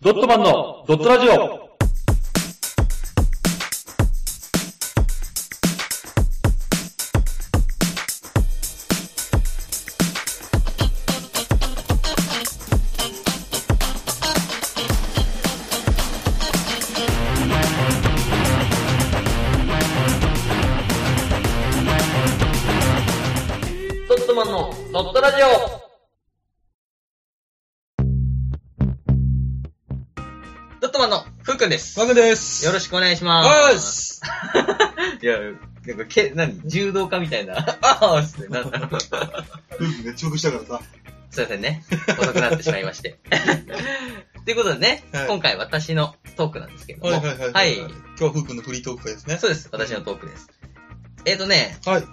ドットマンのドットラジオドットマンのドットラジオドットマンのふうくんです。マグです。よろししくお願いしくます。いや、なんか、け、なに、柔道家みたいな。ああっす ね、なんだろう。夫婦熱力したからさ。すいませんね。遅くなってしまいま して。ということでね、はい今回私のトークなんですけども。はいはいはい。はい今日は夫婦のフリートーク会ですね。そうです、私のトークです。えっ、ー、とね、 はい。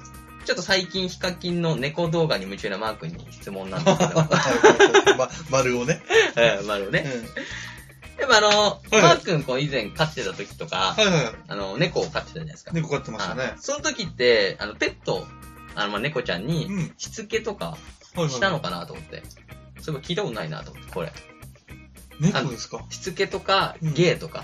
ちょっと最近ヒカキンの猫動画に夢中なマー君に質問なんです けど。ま、丸をね。 うんまああのうんね。でもあの、いマー君こう以前飼ってた時とか、はいはいはい。あの、猫を飼ってたじゃないですか。猫飼ってましたねあ。その時って、あの、ペット、あの、まあ、猫ちゃんうに、ん。しつけとかはいはい。したのかなと思って。それも聞いたことないなと思って、これ。猫ですかしつけとかう、ん芸とか。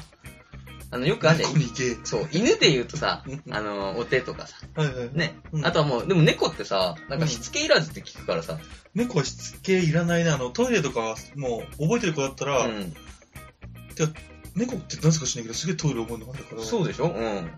あの、よくあるじゃ猫ん。に行け。そう、犬で言うとさうん、うんあの、お手とかさ、はいはい。ね。うんあとはもう、でも猫ってさ、なんうかんしつけいらずって聞くからさ、猫はしつけいらないね。あの、トイレとかはもう覚えてる子だったうら、ん。猫って何すかしないけど、すげえトイレ覚えるのがあるから。そうでしょうん。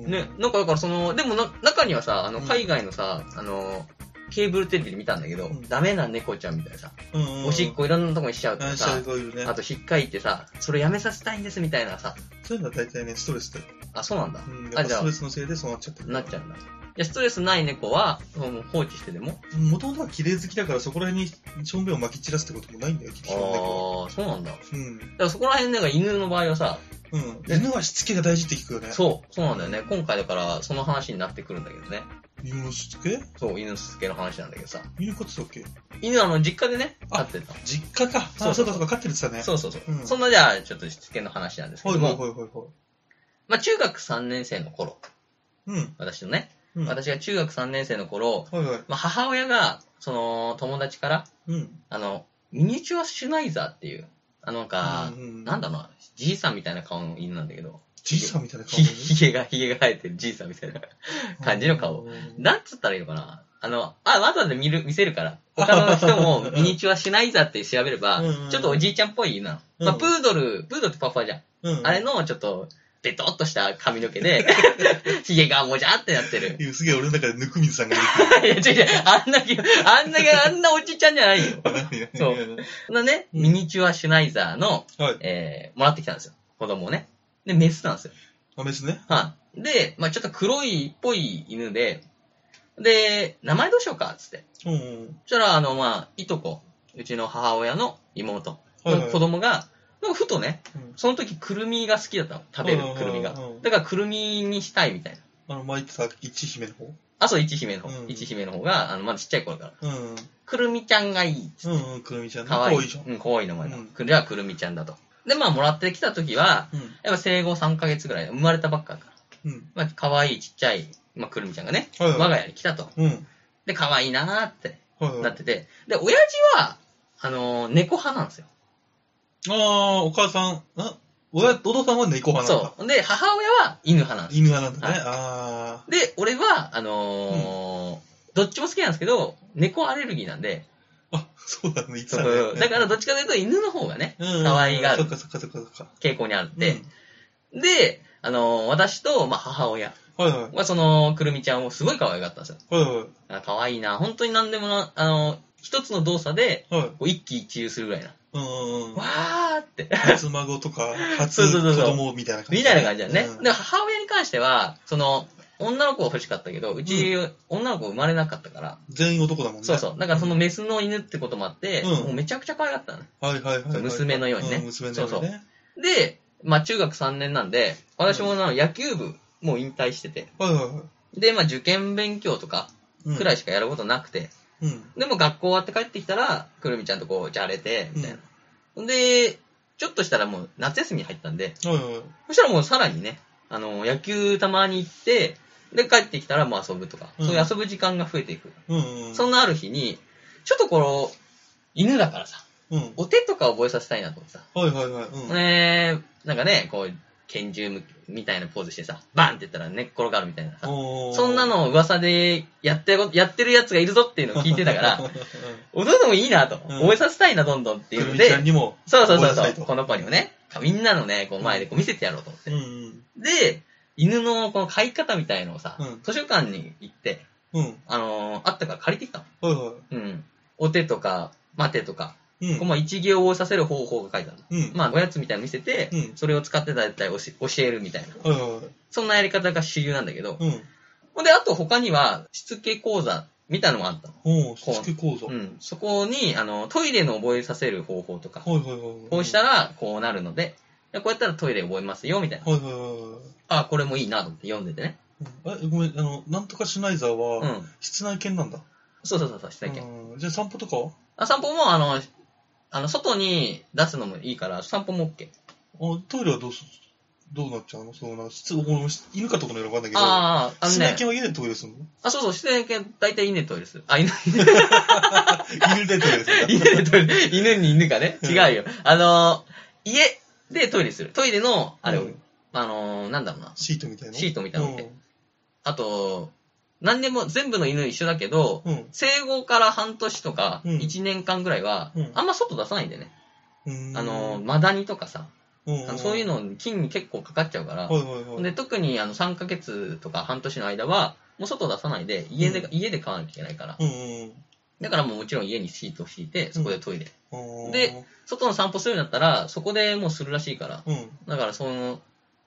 うん。ね、なんかだからその、でもな中にはさ、あの、うん海外のさ、あの、ケーブルテレビで見たんだけど、うんダメな猫ちゃんみたいなさ、うんうんうん。おしっこいろんなとこにしちゃうとかあ。さ下、でいるね。あと引っかいてさ、それやめさせたいんですみたいなさ、そういうのは大体ね、ストレスだよ。あ、そうなんだ。うん。あやっぱじゃあストレスのせいでそうなっちゃってる。なっちゃうんだ。いや、ストレスない猫は、もう放置してでも、もともとは綺麗好きだからそこら辺に正面を撒き散らすってこともないんだよ、基ああ本的には。ー、そうなんだ。だかうん。らそこら辺、なんか犬の場合はさ、うん。ね犬はしつけが大事って聞くよね。そう、そうなんだよね。今回だから、その話になってくるんだけどね。犬のしつけそう、犬のしつけの話なんだけどさ。犬飼ってたっけ犬、あの、実家でね、飼あってた。実家か。そうあそうかそうか、飼ってるって言ってたね。そうそうそう。うんそんな、じゃあ、ちょっとしつけの話なんですけはどいも、はいはいはいはい。まあ、中学3年生の頃、うん。私のね、うん。はい私が中学3年生の頃、はい。まあ、母親が、その、友達から、うん。あの、ミニチュアシュナイザーっていう、あの、なんか、なんだろだうな、じいさんみたいな顔の犬なんだけど、じいさんみたいな顔ひ、ひげが、ひげが生えてるじいさんみたいな。 感じの顔。うんなんつったらいいのかなあの、あ、わざわざ見る、見せるから。他の人もミニチュアシュナイザーって調べればうんうんう、んちょっとおじいちゃんっぽい犬なの。まあ、うんプードル、プードルってパパじゃん。うん。あれの、ちょっと、ベトっとした髪の毛で、 ひげがもじゃってなってる。いやすげえ俺の中でぬくみずさんがいる。いや、違う違う、あんな、あんな、あんなおじちゃんじゃないよ。そう う。そのね、うんミニチュアシュナイザーの、はい。えー、もらってきたんですよ。子供をね。で、メスなんですよ。あ、別ね。はい。で、まあちょっと黒いっぽい犬で、で、名前どうしようかっつって。うんうん。そしたら、あの、まあいとこ、うちの母親の妹はいはいの子供が、なんかふとね、うんその時くるみが好きだったの。食べるくるみがうんうんうん。だからくるみにしたいみたいな。あの、前言ってた、一姫の方。あ、そう、一姫のう方。ん一姫の方が、あの、まだちっちゃい頃から。うん。くるみちゃんがいいっつって。うんうん、くるみちゃんね。かわいい。可愛いじゃん。うん、かわいい名前だ。うんくじゃあくるみちゃんだと。で、まあもらってきた時は、うん。やっぱ生後3ヶ月ぐらい、生まれたばっかだから。うん。まあ可愛いちっちゃい、まあくるみちゃんがね、はいはい我が家に来たと。うん。で、可愛いなーってはいはい。なってて。で、親父は、あのー猫派なんですよ。ああ、お母さん、あ、親、お父さんは猫派なんだそ。う。で、母親は犬派なんですよ。犬派なんだね。はあで、俺は、あのーどっちも好きなんですけど、猫アレルギーなんで、あ。あ、そうだね、言ってたそうね。だからうどっちかというと犬の方がね、ん、可愛がるそっかそっかそっかそっか。傾向にあるんで、で、あのー私と、まあ、母親うん、はいははその、くるみちゃんをすごい可愛がったんですよ。い。はいはい。あ可愛いな、本当に何でもな、あのー一つの動作で、はい。こう一喜一憂するぐらいな。うんうんうんわ。ーって。初孫とか、初そうそうそう子そう供みたいな感じ。みたいな感じだね。うんで、母親に関しては、その、女の子は欲しかったけど、うち、女の子生まれなかったから、全員男だもんね。そうそう。だからそのメスの犬ってこともあって、うんもうめちゃくちゃ可愛かったのね。はいはいはいはい。娘のようにねん娘のようにね。で、まあ中学3年なんで、私もな野球部、もう引退してて。はいはいはで、まあ受験勉強とかいうん。くらいしかやることなくて。うん。でも学校終わって帰ってきたら、くるみちゃんとこう、じゃれて、みたいな。うんで、ちょっとしたらもう夏休み入ったんで、はいはいはい。そしたらもうさらにね、あの、野球たまに行って、で、帰ってきたらもう遊ぶとか、うんそういう遊ぶ時間が増えていく。うんうん。そんなある日に、ちょっとこの、犬だからさ、うん。お手とか覚えさせたいなと思ってさ。はいはいはい。うん。ねなんかね、こう、拳銃むみたいなポーズしてさ、バンって言ったら寝っ転がるみたいなさ。おーそんな、のを噂でやってること、やってる奴がいるぞっていうのを聞いてたか うんら、おどんどんいいなと、うん覚えさせたいな、どんどんっていくうるのみでちゃん、にも。そうそうそう覚えなさそ、いうとこの子にもね、みんなのね、こう前でこう見せてやろうと思って。うんうん。で、犬のこの飼い方みたいのをさ、うん図書館に行って、うん。あのーあったから借りてきたの。はいはうん。お手とか、待てとか、い。うん。こうまあ一行を覚えさせる方法が書いてあるの。うん。まあおやつみたいの見せて、うんそれを使ってだいたい教教えるみたいな。はいはそんなやり方が主流なんだけど、い。うん。ほんで、あと他には、しつけ講座みたいなのもあったの。おー、しつけ講座。うはいん。そこに、あの、トイレの覚えさせる方法とか、はいはい。こうしたらこうなるので、こうやったらトイレ覚えますよ、みたいな。はいはいはあ、これもいいなと思って読んでてね。い。うんえ、ごめん、あの、なんとかシュナイザーうは、ん。室内犬なんだ。そうそうそうそう、したいけん。うんじゃあ散歩とかはあ、散歩も、あの、あの、外に出すのもいいから、散歩も OK。あトイレはどうす、どうなっちゃうのそのな、室、俺も犬かとかの選ばんだけど、ああ、あの室内ね。犬は家でトイレするのあ、そうそう、室内犬、大体犬でトイレする。あ、犬、犬でトイレするんだ。犬でトイレ、犬に犬がね。うん違うよ。あの、家でトイレする。トイレの、あれを、うんあの、なんだろうな。シートみたいな。シートみたいなのでうあと、何でも、全部の犬一緒だけど、ん。うん生後から半年とか、うん1年間ぐらいはうん、あんま外出さないんだよね。うんあの、、マダニとかさ、あのそういうののに菌に結構かかっちゃうから、はいはいはい。で特にあの3ヶ月とか半年の間は、もう外出さないで、家で、うん家で飼わなきゃいけないから。うんうんだからもうもちろん家にシートを敷いて、そこでトイレ。うん。あーで、外の散歩するんだったら、そこでもうするらしいから。うん。だからその、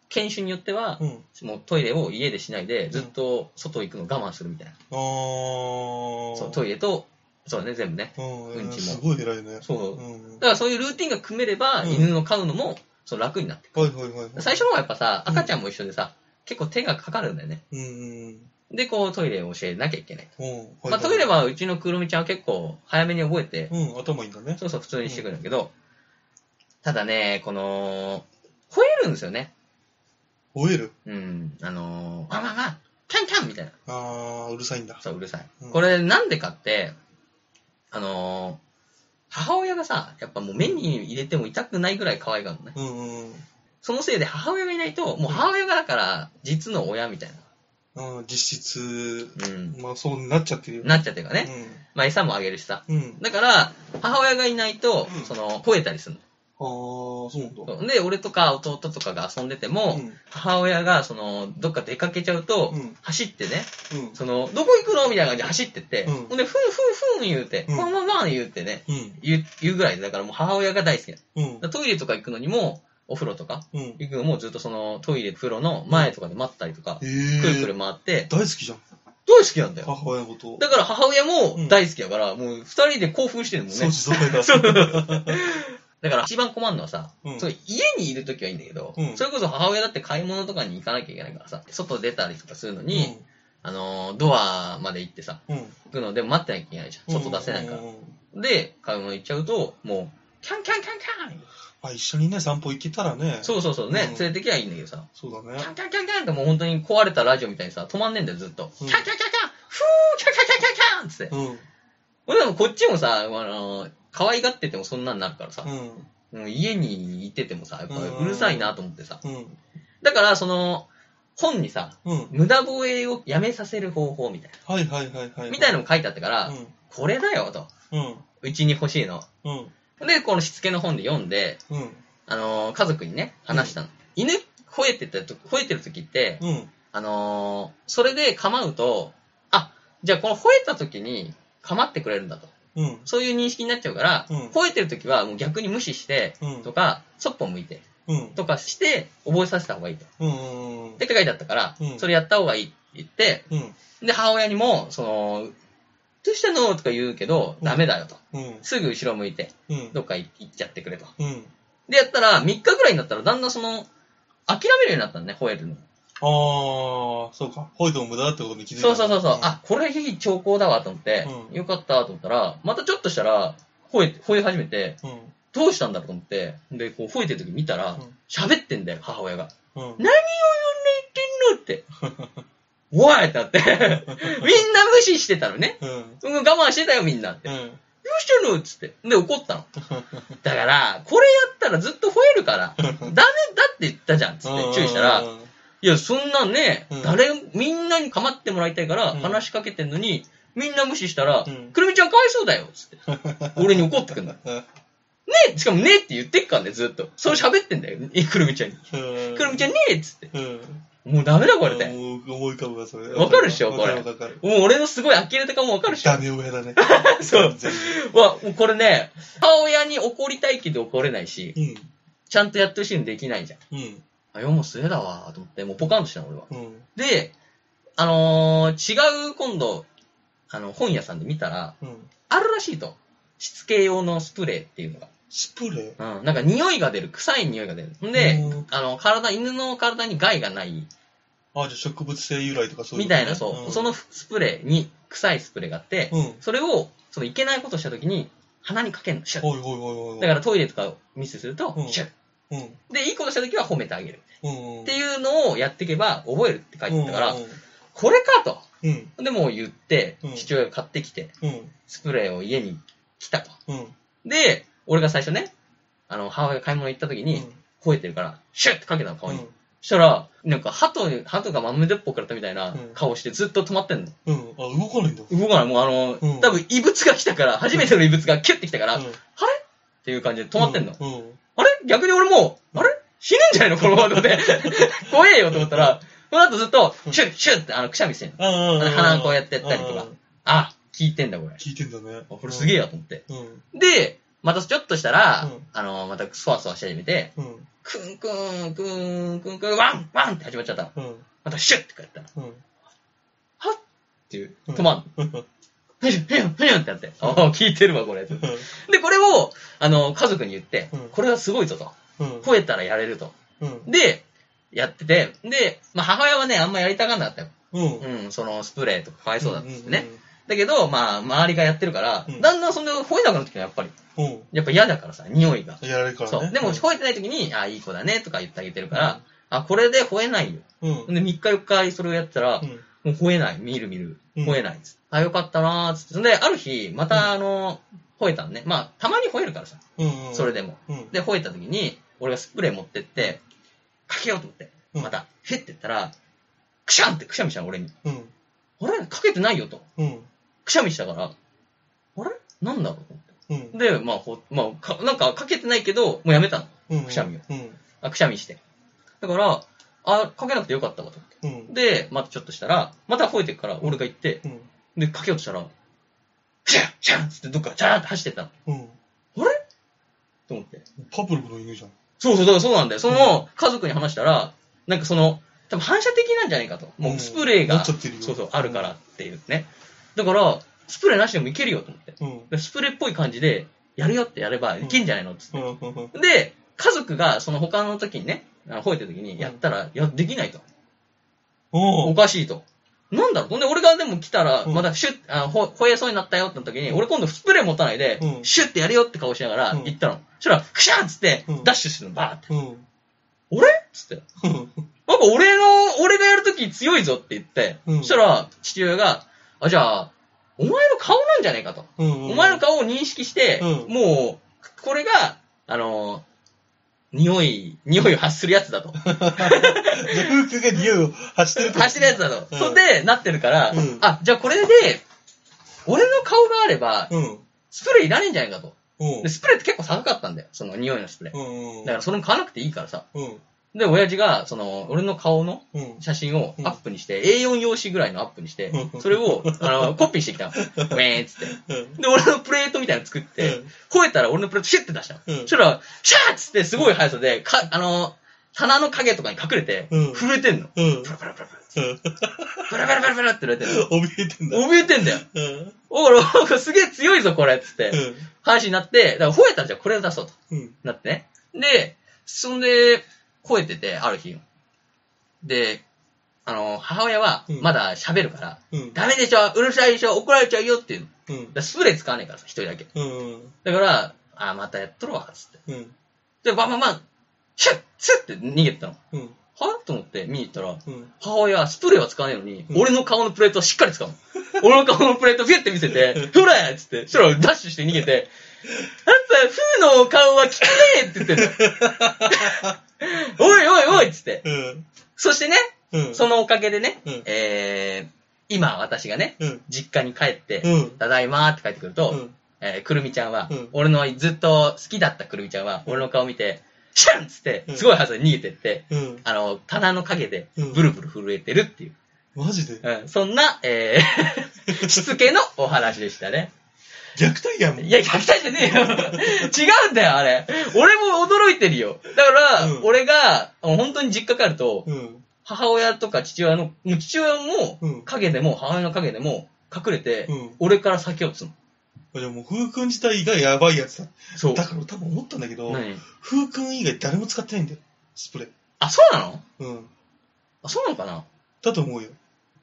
犬種によってはう、ん。もうトイレを家でしないで、ずっと外行くの我慢するみたいな。あー。そう、トイレと、そうだね、全部ね。うんうんちもすごい偉いね。。そううんだからそういうルーティンが組めれば、うん犬の飼うのも、そう楽になってくはいはいはい。る。最初の方はやっぱさ、赤ちゃんも一緒でさ、結構手がかかるんだよね。うんうん。で、こうトイレを教えなきゃいけない。うん。はいはいまあ、トイレはうちのくるみちゃんは結構早めに覚えて、うん、頭いいんだね。そうそう普通にしてくるんだけど、ただね、この、吠えるんですよね。吠える。うん、あのー、まあまあまあ、キャンキャンみたいな。あー、うるさいんだ。そう、うるさい。うんこれなんでかって、あのー、母親がさ、やっぱもう目に入れても痛くないぐらい可愛がるのね。うんうんそのせいで母親がいないと、もう母親がだから、実の親みたいうん。うん、実質、な。うん。まあそうなっちゃってるよ。なっちゃってるからね。まあ餌もあげるしさ。うん。うん。だから、母親がいないとうん、その、吠えたりするの。あー、そうなんだ。そうで、俺とか弟とかが遊んでても、うん。母親が、その、どっか出かけちゃうと、うん走ってね、うん。その、どこ行くのみたいな感じで走ってって、うんほんで、ふんふんふん言うて、うんまあまあまあ言うてね、うん。言う言うぐらいで、だからもう母親が大好きなの。うんだか。らトイレとか行くのにも、お風呂とか、うん。行くのもずっとその、トイレ、風呂の前とかで待ったりとかえ、くるくーる。回って、大好きじゃん。大好きなんだよ。母親のこと。だから母親うんも大好きだから、もう二人で興奮してるもん掃ね除。ぞいだ。 そう。だから一番困るのはさ、うんその家にいるときはいいんだけど、うんそれこそ母親だって買い物とかに行かなきゃいけないからさ、外出たりとかするのに、あのードアまで行ってさ、うん。うん。行くのでも待ってなきゃいけないじゃん。外出せないから。うんうんうんで、買い物行っちゃうと、もう、キャンキャンキャンキャンまあ一緒にね、散歩行けたらね。そうそうそうね、うん連れてきゃいいんだけどさ、そうだキね。ャンキャンキャンキャンってもう本当に壊れたラジオみたいにさ、止まんねえんだよ、ずっと。うんキャンキャンキャンキャンふーキャンキャンキャンキャンキャンつって。うん。うん。俺でもこっちもさ、あのー可愛がっててもそんなんなるからさ、もう家にいててもさ、やっぱうるさいなと思ってさ、うん。だから、その、本にさ、うん。無駄防衛をやめさせる方法みたいはいはいはいはい。な、みたいなのも書いてあったから、うこれだよ、と。ん。うん。うちに欲しいの。うん。で、このしつけの本で読んで、うん。あのー家族にね、話したの。犬、吠えてたと、吠えてる時って、うん。あのーそれで構うと、あ、じゃあこの吠えた時に構ってくれるんだと。うん。そういう認識になっちゃうから、うん吠えてる時はもう逆に無視して、うん。とか、そっぽ向いて、うん。とかして、覚えさせた方がいいと。うん。って書いてあったから、うんそれやった方がいいって言って、うん。で、母親にも、その、どうしたのとか言うけど、うんダメだよと。うん。すぐ後ろ向いて、うん。どっか行っちゃってくれと。うん。で、やったら、3日ぐらいになったら、だんだんその、諦めるようになったのね、吠えるの。ああ、そうか。吠えても無駄だってことに気づいた。そうそうそうそう、ん、あ、これいい兆候だわと思って、うんよかったと思ったら、またちょっとしたら、吠え、吠え始めて、うん。どうしたんだろうと思って、で、こう吠えてる時見たらうん、喋、ってんだよ、母親が。 うん。言ってんのって。 おいってなって。みんな無視してたのね。うん。うん我慢してたよ、みんなって。うん。無してるのっつって。で、怒ったの。だから、これやったらずっと吠える から、ダメだって言ったじゃん、つって注意したら、いや、そんなんね、うん誰、みんなに構ってもらいたいから、うん話しかけてんのに、みんな無視したら、うんくるみちゃんかわいそうだよ、つって。 俺に怒ってくんだ。ねえしかもねえって言ってっからね、ずっと。そう喋ってんだよ、えくるみちゃんに。くるみちゃんねえっつって。うん。もうダメだ、これあで。もう思い浮かぶわ、それ。わかるでしょわかるこれわかる。もう俺のすごい呆れた顔もわかるでしょダ。メ親だね。 そう完全わ、もうこれね、母親に怒りたいけど怒れないし、に。ちゃんとやってほしいのできないじゃん。うん。あ、世も末だわ、と思って、もうポカンとしたの、俺は。うん。うん。で、あのー違う今度、あの、本屋さんで見たら、うん。あるらしいと。しつけ用のスプレーっていうのスプレーが。うん。なんか匂いが出る。臭い匂いが出る。んでうん、あの、体、犬の体に害がない、あ、じゃあ植物性由来とかそういうみことたね。いな、そう。んその、スプレーに、臭いスプレーがあって、うん。それを、その、いけないことした時に、鼻にかけんの。シュッ。おいおいおいおいおい。だからトイレとかをミスするとう、んシュッ。うん、で、いいことした時は褒めてあげる。うん。うん。っていうのをやっていけば、覚えるって書いてあったからうん、これかと。うん。で、もう言ってう、ん父親が買ってきて、うん。スプレーを家に来たと。うん。で、俺が最初ね、あの、母親が買い物行った時うん。に、吠えてるから、シュッてかけたの、顔に。うんしたら、なんか、鳩、鳩が豆鉄砲食らったみたいなうん顔してずっと止まってんの。うん。あ、動かないんだ。動かない、もうあの、うん多分異物が来たから、初めての異物がキュッて来たから、うっんていう感じで止まってんの。うん。あれ逆に俺もう、あれ死ぬんじゃないのこのワードで。 怖えよと思ったら、その後ずっと、シュッシュッってあの、くしゃみしてんの。ああのあ。鼻こうやってやったりとかあー。あ、聞いてんだ、これ。あ、聞いてんだね。これすげえやと思って。うん。で、またちょっとしたら、うんあの、またそわそわし始めて、うん。クンクン、クン、クンクン、ワン、ワンって始まっちゃったの。うん。またシュッってやったの。っうん。ていう、うん止まんの。うん。ふにゅん、ふにゅん、ふにゅんってなって。ああ、聞いてるわ、これ。で、これを、あの、家族に言ってうん、これはすごいぞと。うん。吠えたらやれると。うん。で、やってて、で、まあ、母親はね、あんまやりたがんなかったよ。うん。うん、そのスプレーとかかわいそうだっつってね。ん。だけど、まあ、周りがやってるから、うんだんだんそんな吠えなくなってきたの、やっぱり。うん。やっぱ嫌だからさ、匂いが。やられるからね。そう。でも、う吠えてない時に、あ、いい子だね、とか言ってあげてるから、あ、これで吠えないよ。ん。で、3日4日それをやってたら、うもん。う吠えない。見る見る。うん吠えないっつって。あ、よかったなーっつって。そんで、ある日、まうんた、あの、吠えたのね。まあ、たまに吠えるからさ、うん。それ。でも。うん。で、吠えた時に、俺がスプレー持ってって、かけようと思って。うんまた、へって言ったら、くしゃんってくしゃみしたの、俺に。うん。あれかけてないよと。うん。くしゃみしたから、あれなんだろうと思ってうん。で、まあ、ほ、まあ、か、なんかかけてないけど、もうやめたの。うん。くしゃみを。うん。あ、くしゃみして。だから、あ、かけなくてよかったわと思って。うん。で、またちょっとしたら、また吠えてくから、俺が行って、うん。で、かけようとしたら、シャンシャンっつってどっかジャーって走ってったの。うん。と思って。パブロフの犬じゃん。そうそう、だからそうなんだよ。その、家族に話したら、なんかその、多分反射的なんじゃないかと。もうスプレーなが、っちゃってるよそうそう、あるからっていうね。だから、スプレーなしでもいけるよと思って。うん。でスプレーっぽい感じで、やるよってやればいけんじゃないのっつって。うん。うん。で、家族がその他の時にね、あの吠えてる時にやったら、いや、できないと。おおうかしいと。なんだろうほんで、俺がでも来たら、うんまたシュッ、あほ吠えそうになったよって時に、俺今度スプレー持たないで、うんシュッてやるよって顔しながらうん行ったの。そしたら、クシャーっつってう、んダッシュするの、バーって。うん。俺っつって。なんか俺の、俺がやるとき強いぞって言って、うんそしたら、父親が、あ、じゃあ、お前の顔なんじゃないかと。うん。お前の顔を認識して、うんもう、これが、あの、匂い、匂いを発するやつだ と。じゃあ、フークが匂いを発してると。走ってるやつだと。うんそんで、なってるから、うんあ、じゃあこれで、俺の顔があれば、うん。スプレーいらねえんじゃないかと。うんで、。スプレーって結構高かったんだよ。その匂いのスプレー。うん。だからそれも買わなくていいからさ。うん。で、親父が、その、俺の顔のうん。写真をアップにして、A4 用紙ぐらいのアップにしてう、んそれを、あの、コピーしてき たの。ウェーンっつって。うん。で、俺のプレートみたいなの作って、吠えたら俺のプレートシュッて出したの。うんそしたら、シャーッつってすごい速さで、か、あの、棚の影とかに隠れて、うん震えてんの。うん。うんプ。ラプラプラプラ。プラプラプラプラって震えてんの。怯えてんだ。怯えてんだよ。うん。おいおいすげえ強いぞ、これっつって、話になって、だから吠えたらじゃあこれを出そうと。うん。なってね。で、そんで、吠えてて、ある日。で、あの、母親はうんまだ喋るから、うん。ダメでしょうるさいでしょ怒られちゃうよっていうの。だかうん。らスプレー使わねえからさ、一人だけ。うん。だから、あーまたやっとるわ、つって。うん。で、ばばば、シュッシュッって逃げてたの。うん。はと思って見に行ったら、うん。母親はスプレーは使わないのに、うん俺の顔のプレートをしっかり使うの。俺の顔のプレートをフィュって見せて、ほらっつって、そしたらダッシュして逃げて、あんた、風の顔は汚ねえって言っ てんの。おいおいおいっつって。うん。そしてね、うん。そのおかげでね、うんえー、今私がね、うん。実家に帰って、うん。ただいまーって帰ってくると、うん。えーくるみちゃんは、うん俺のずっと好きだったくるみちゃんは、うん俺の顔見て、シャンっつってう、んすごいはずで逃げてって、うん。あの、棚の陰で、うんブルブル震えてるっていう、マジでうんそんな、えー、 しつけのお話でしたね。虐待やもん。いや、虐待じゃねえよ。違うんだよ、あれ。俺も驚いてるよ。だから、うん俺が、あの本当に実家帰ると、うん。母親とか父親の、もう父親も、うん。影でも、母親の影でも、隠れて、うん。俺から酒を摘む。じゃあもう、風君自体がやばいやつだ。そうだ。から多分思ったんだけど、何風君以外誰も使ってないんだよ。スプレー。あ、そうなのうん。あ、そうなのかなだと思うよ。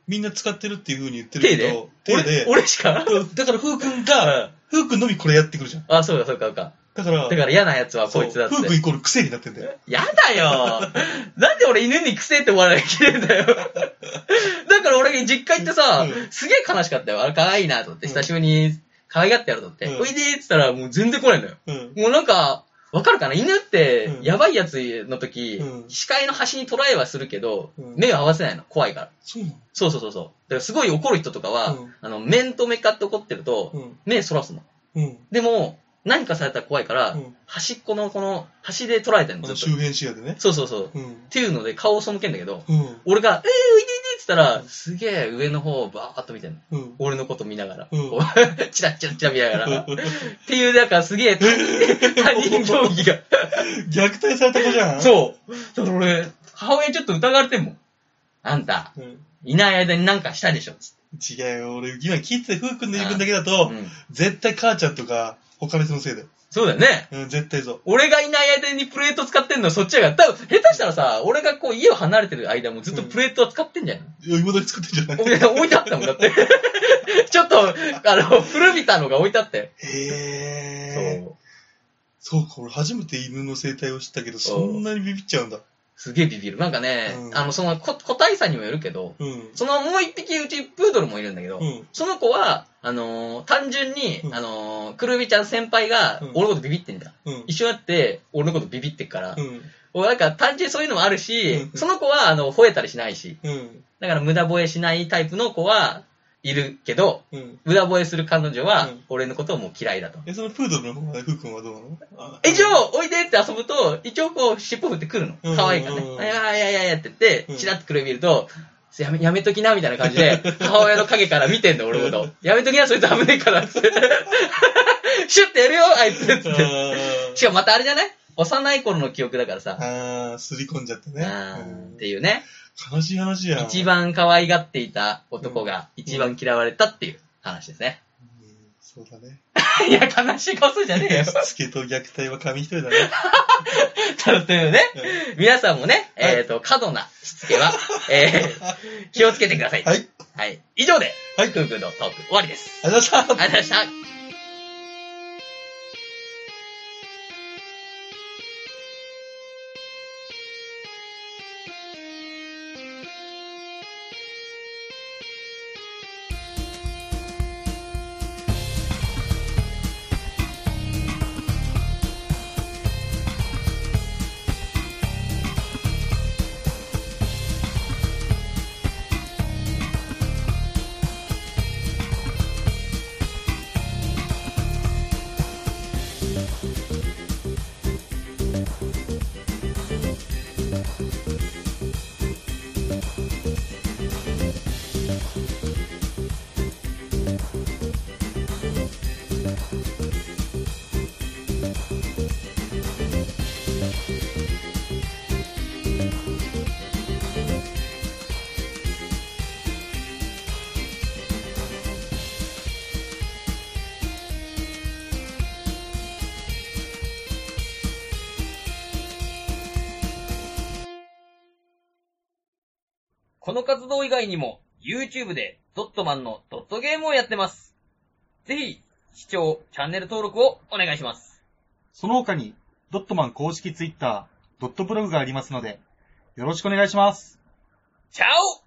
みんな使ってるっていう風に言ってるけど、俺で。俺しかうんだから、風君が、風君のみこれやってくるじゃん。あ、そうか、そうか、そうか。だかだら、から嫌なやつはそこういつだって風。君イコール癖になってんだよ。やだよなんで俺犬に癖って思わなきゃいけないんだよ。だから俺実家行ってさう、んすげえ悲しかったよ。あれ可愛いなと思って、うん久しぶりに可愛がってやると思って、うんおいでーって言ったらもう全然来ないのよ。うん。もうなんか、わかるかな犬ってう、んやばいやつの時、うん視界の端に捉えはするけど、うん目を合わせないの。怖いから。そうなのそうそうそうそう。だからすごい怒る人とかは、うんあの、面と目かって怒ってると、うん。目そらすの。うん。でも、何かされたら怖いから、うん端っこのこの、端で捉えてんあの、のず周っと。辺視野でね。そうそうそう。っうん。ていうので、顔を背けんだけど、うん。俺が、えー、おいでいでって言ったら、すげえ上の方をバーっと見てんの。うん。俺のこと見ながら。うんこう チラッチラッチラ見ながら。っていう、なんかすげえ他人、他人行儀が。虐待された子じゃん。そう。だから俺、母親にちょっと疑われてんもん。あんた、うん。いない間になんかしたでしょ。つって違うよ。俺、今聞いてて、風君の言い分だけだと、うん絶対母ちゃんとか、他の人のせいだよ。そうだよね。うん、絶対そう。俺がいない間にプレート使ってんのそっちやから。多分、下手したらさ、俺がこう家を離れてる間もずっとプレートは使ってんじゃん。いや、未だに作ってんじゃない俺置いてあったもんだって。 ちょっと、あの、古びたのが置いてあって。へー。そう。そうか、俺初めて犬の生態を知ったけど、そそうそんなにビビっちゃうんだ。すげえビビる。なんかね、うんあの、そのこ、個体差にもよるけど、うん。そのもう一匹うちプードルもいるんだけど、うん。その子は、あのー単純に、うんあのーくるみちゃん先輩がうん、俺のことビビってんだ。うん。一緒になって、俺のことビビってっから、うん。俺なんか単純にそういうのもあるし、うんその子は、あの、吠えたりしないし、うん。だから無駄吠えしないタイプの子はいるけど、うん。無駄吠えする彼女はうん俺のことをもう嫌いだと。え、そのプードルの方は、ふうくんはどうなのあ一応、おいでって遊ぶと、一応こう、尻尾振ってくるの。うん可愛いからね。うんいやいやいやいやって言っうて、んチラッとくるみ見ると、やめやめときなみたいな感じ で、母親の影から見てんの、俺のこと。やめときな、そいつ危ねえからっつって。 シュッてやるよ、あいつっつって。しかもまたあれじゃない幼い頃の記憶だからさ。あー、すり込んじゃったね。あうーんっていうね。悲しい話やん。一番可愛がっていた男が一番嫌われたっていう話ですね。 うん。そうだね。 いや、悲しいことじゃねえよ。しつけと虐待は紙一重だね。というね、 皆さんもね、はいえっ、と、過度なしつけ は、えー、気をつけてください。。はいい。以上で、はいくんくんのトーク終わりです。ありがとうございましたあ。りがとうございました。この活動以外にも、YouTube でドットマンのドットゲームをやってます。ぜひ、視聴、チャンネル登録をお願いします。その他に、ドットマン公式ツイッター、ドットブログがありますので、よろしくお願いします。チャオ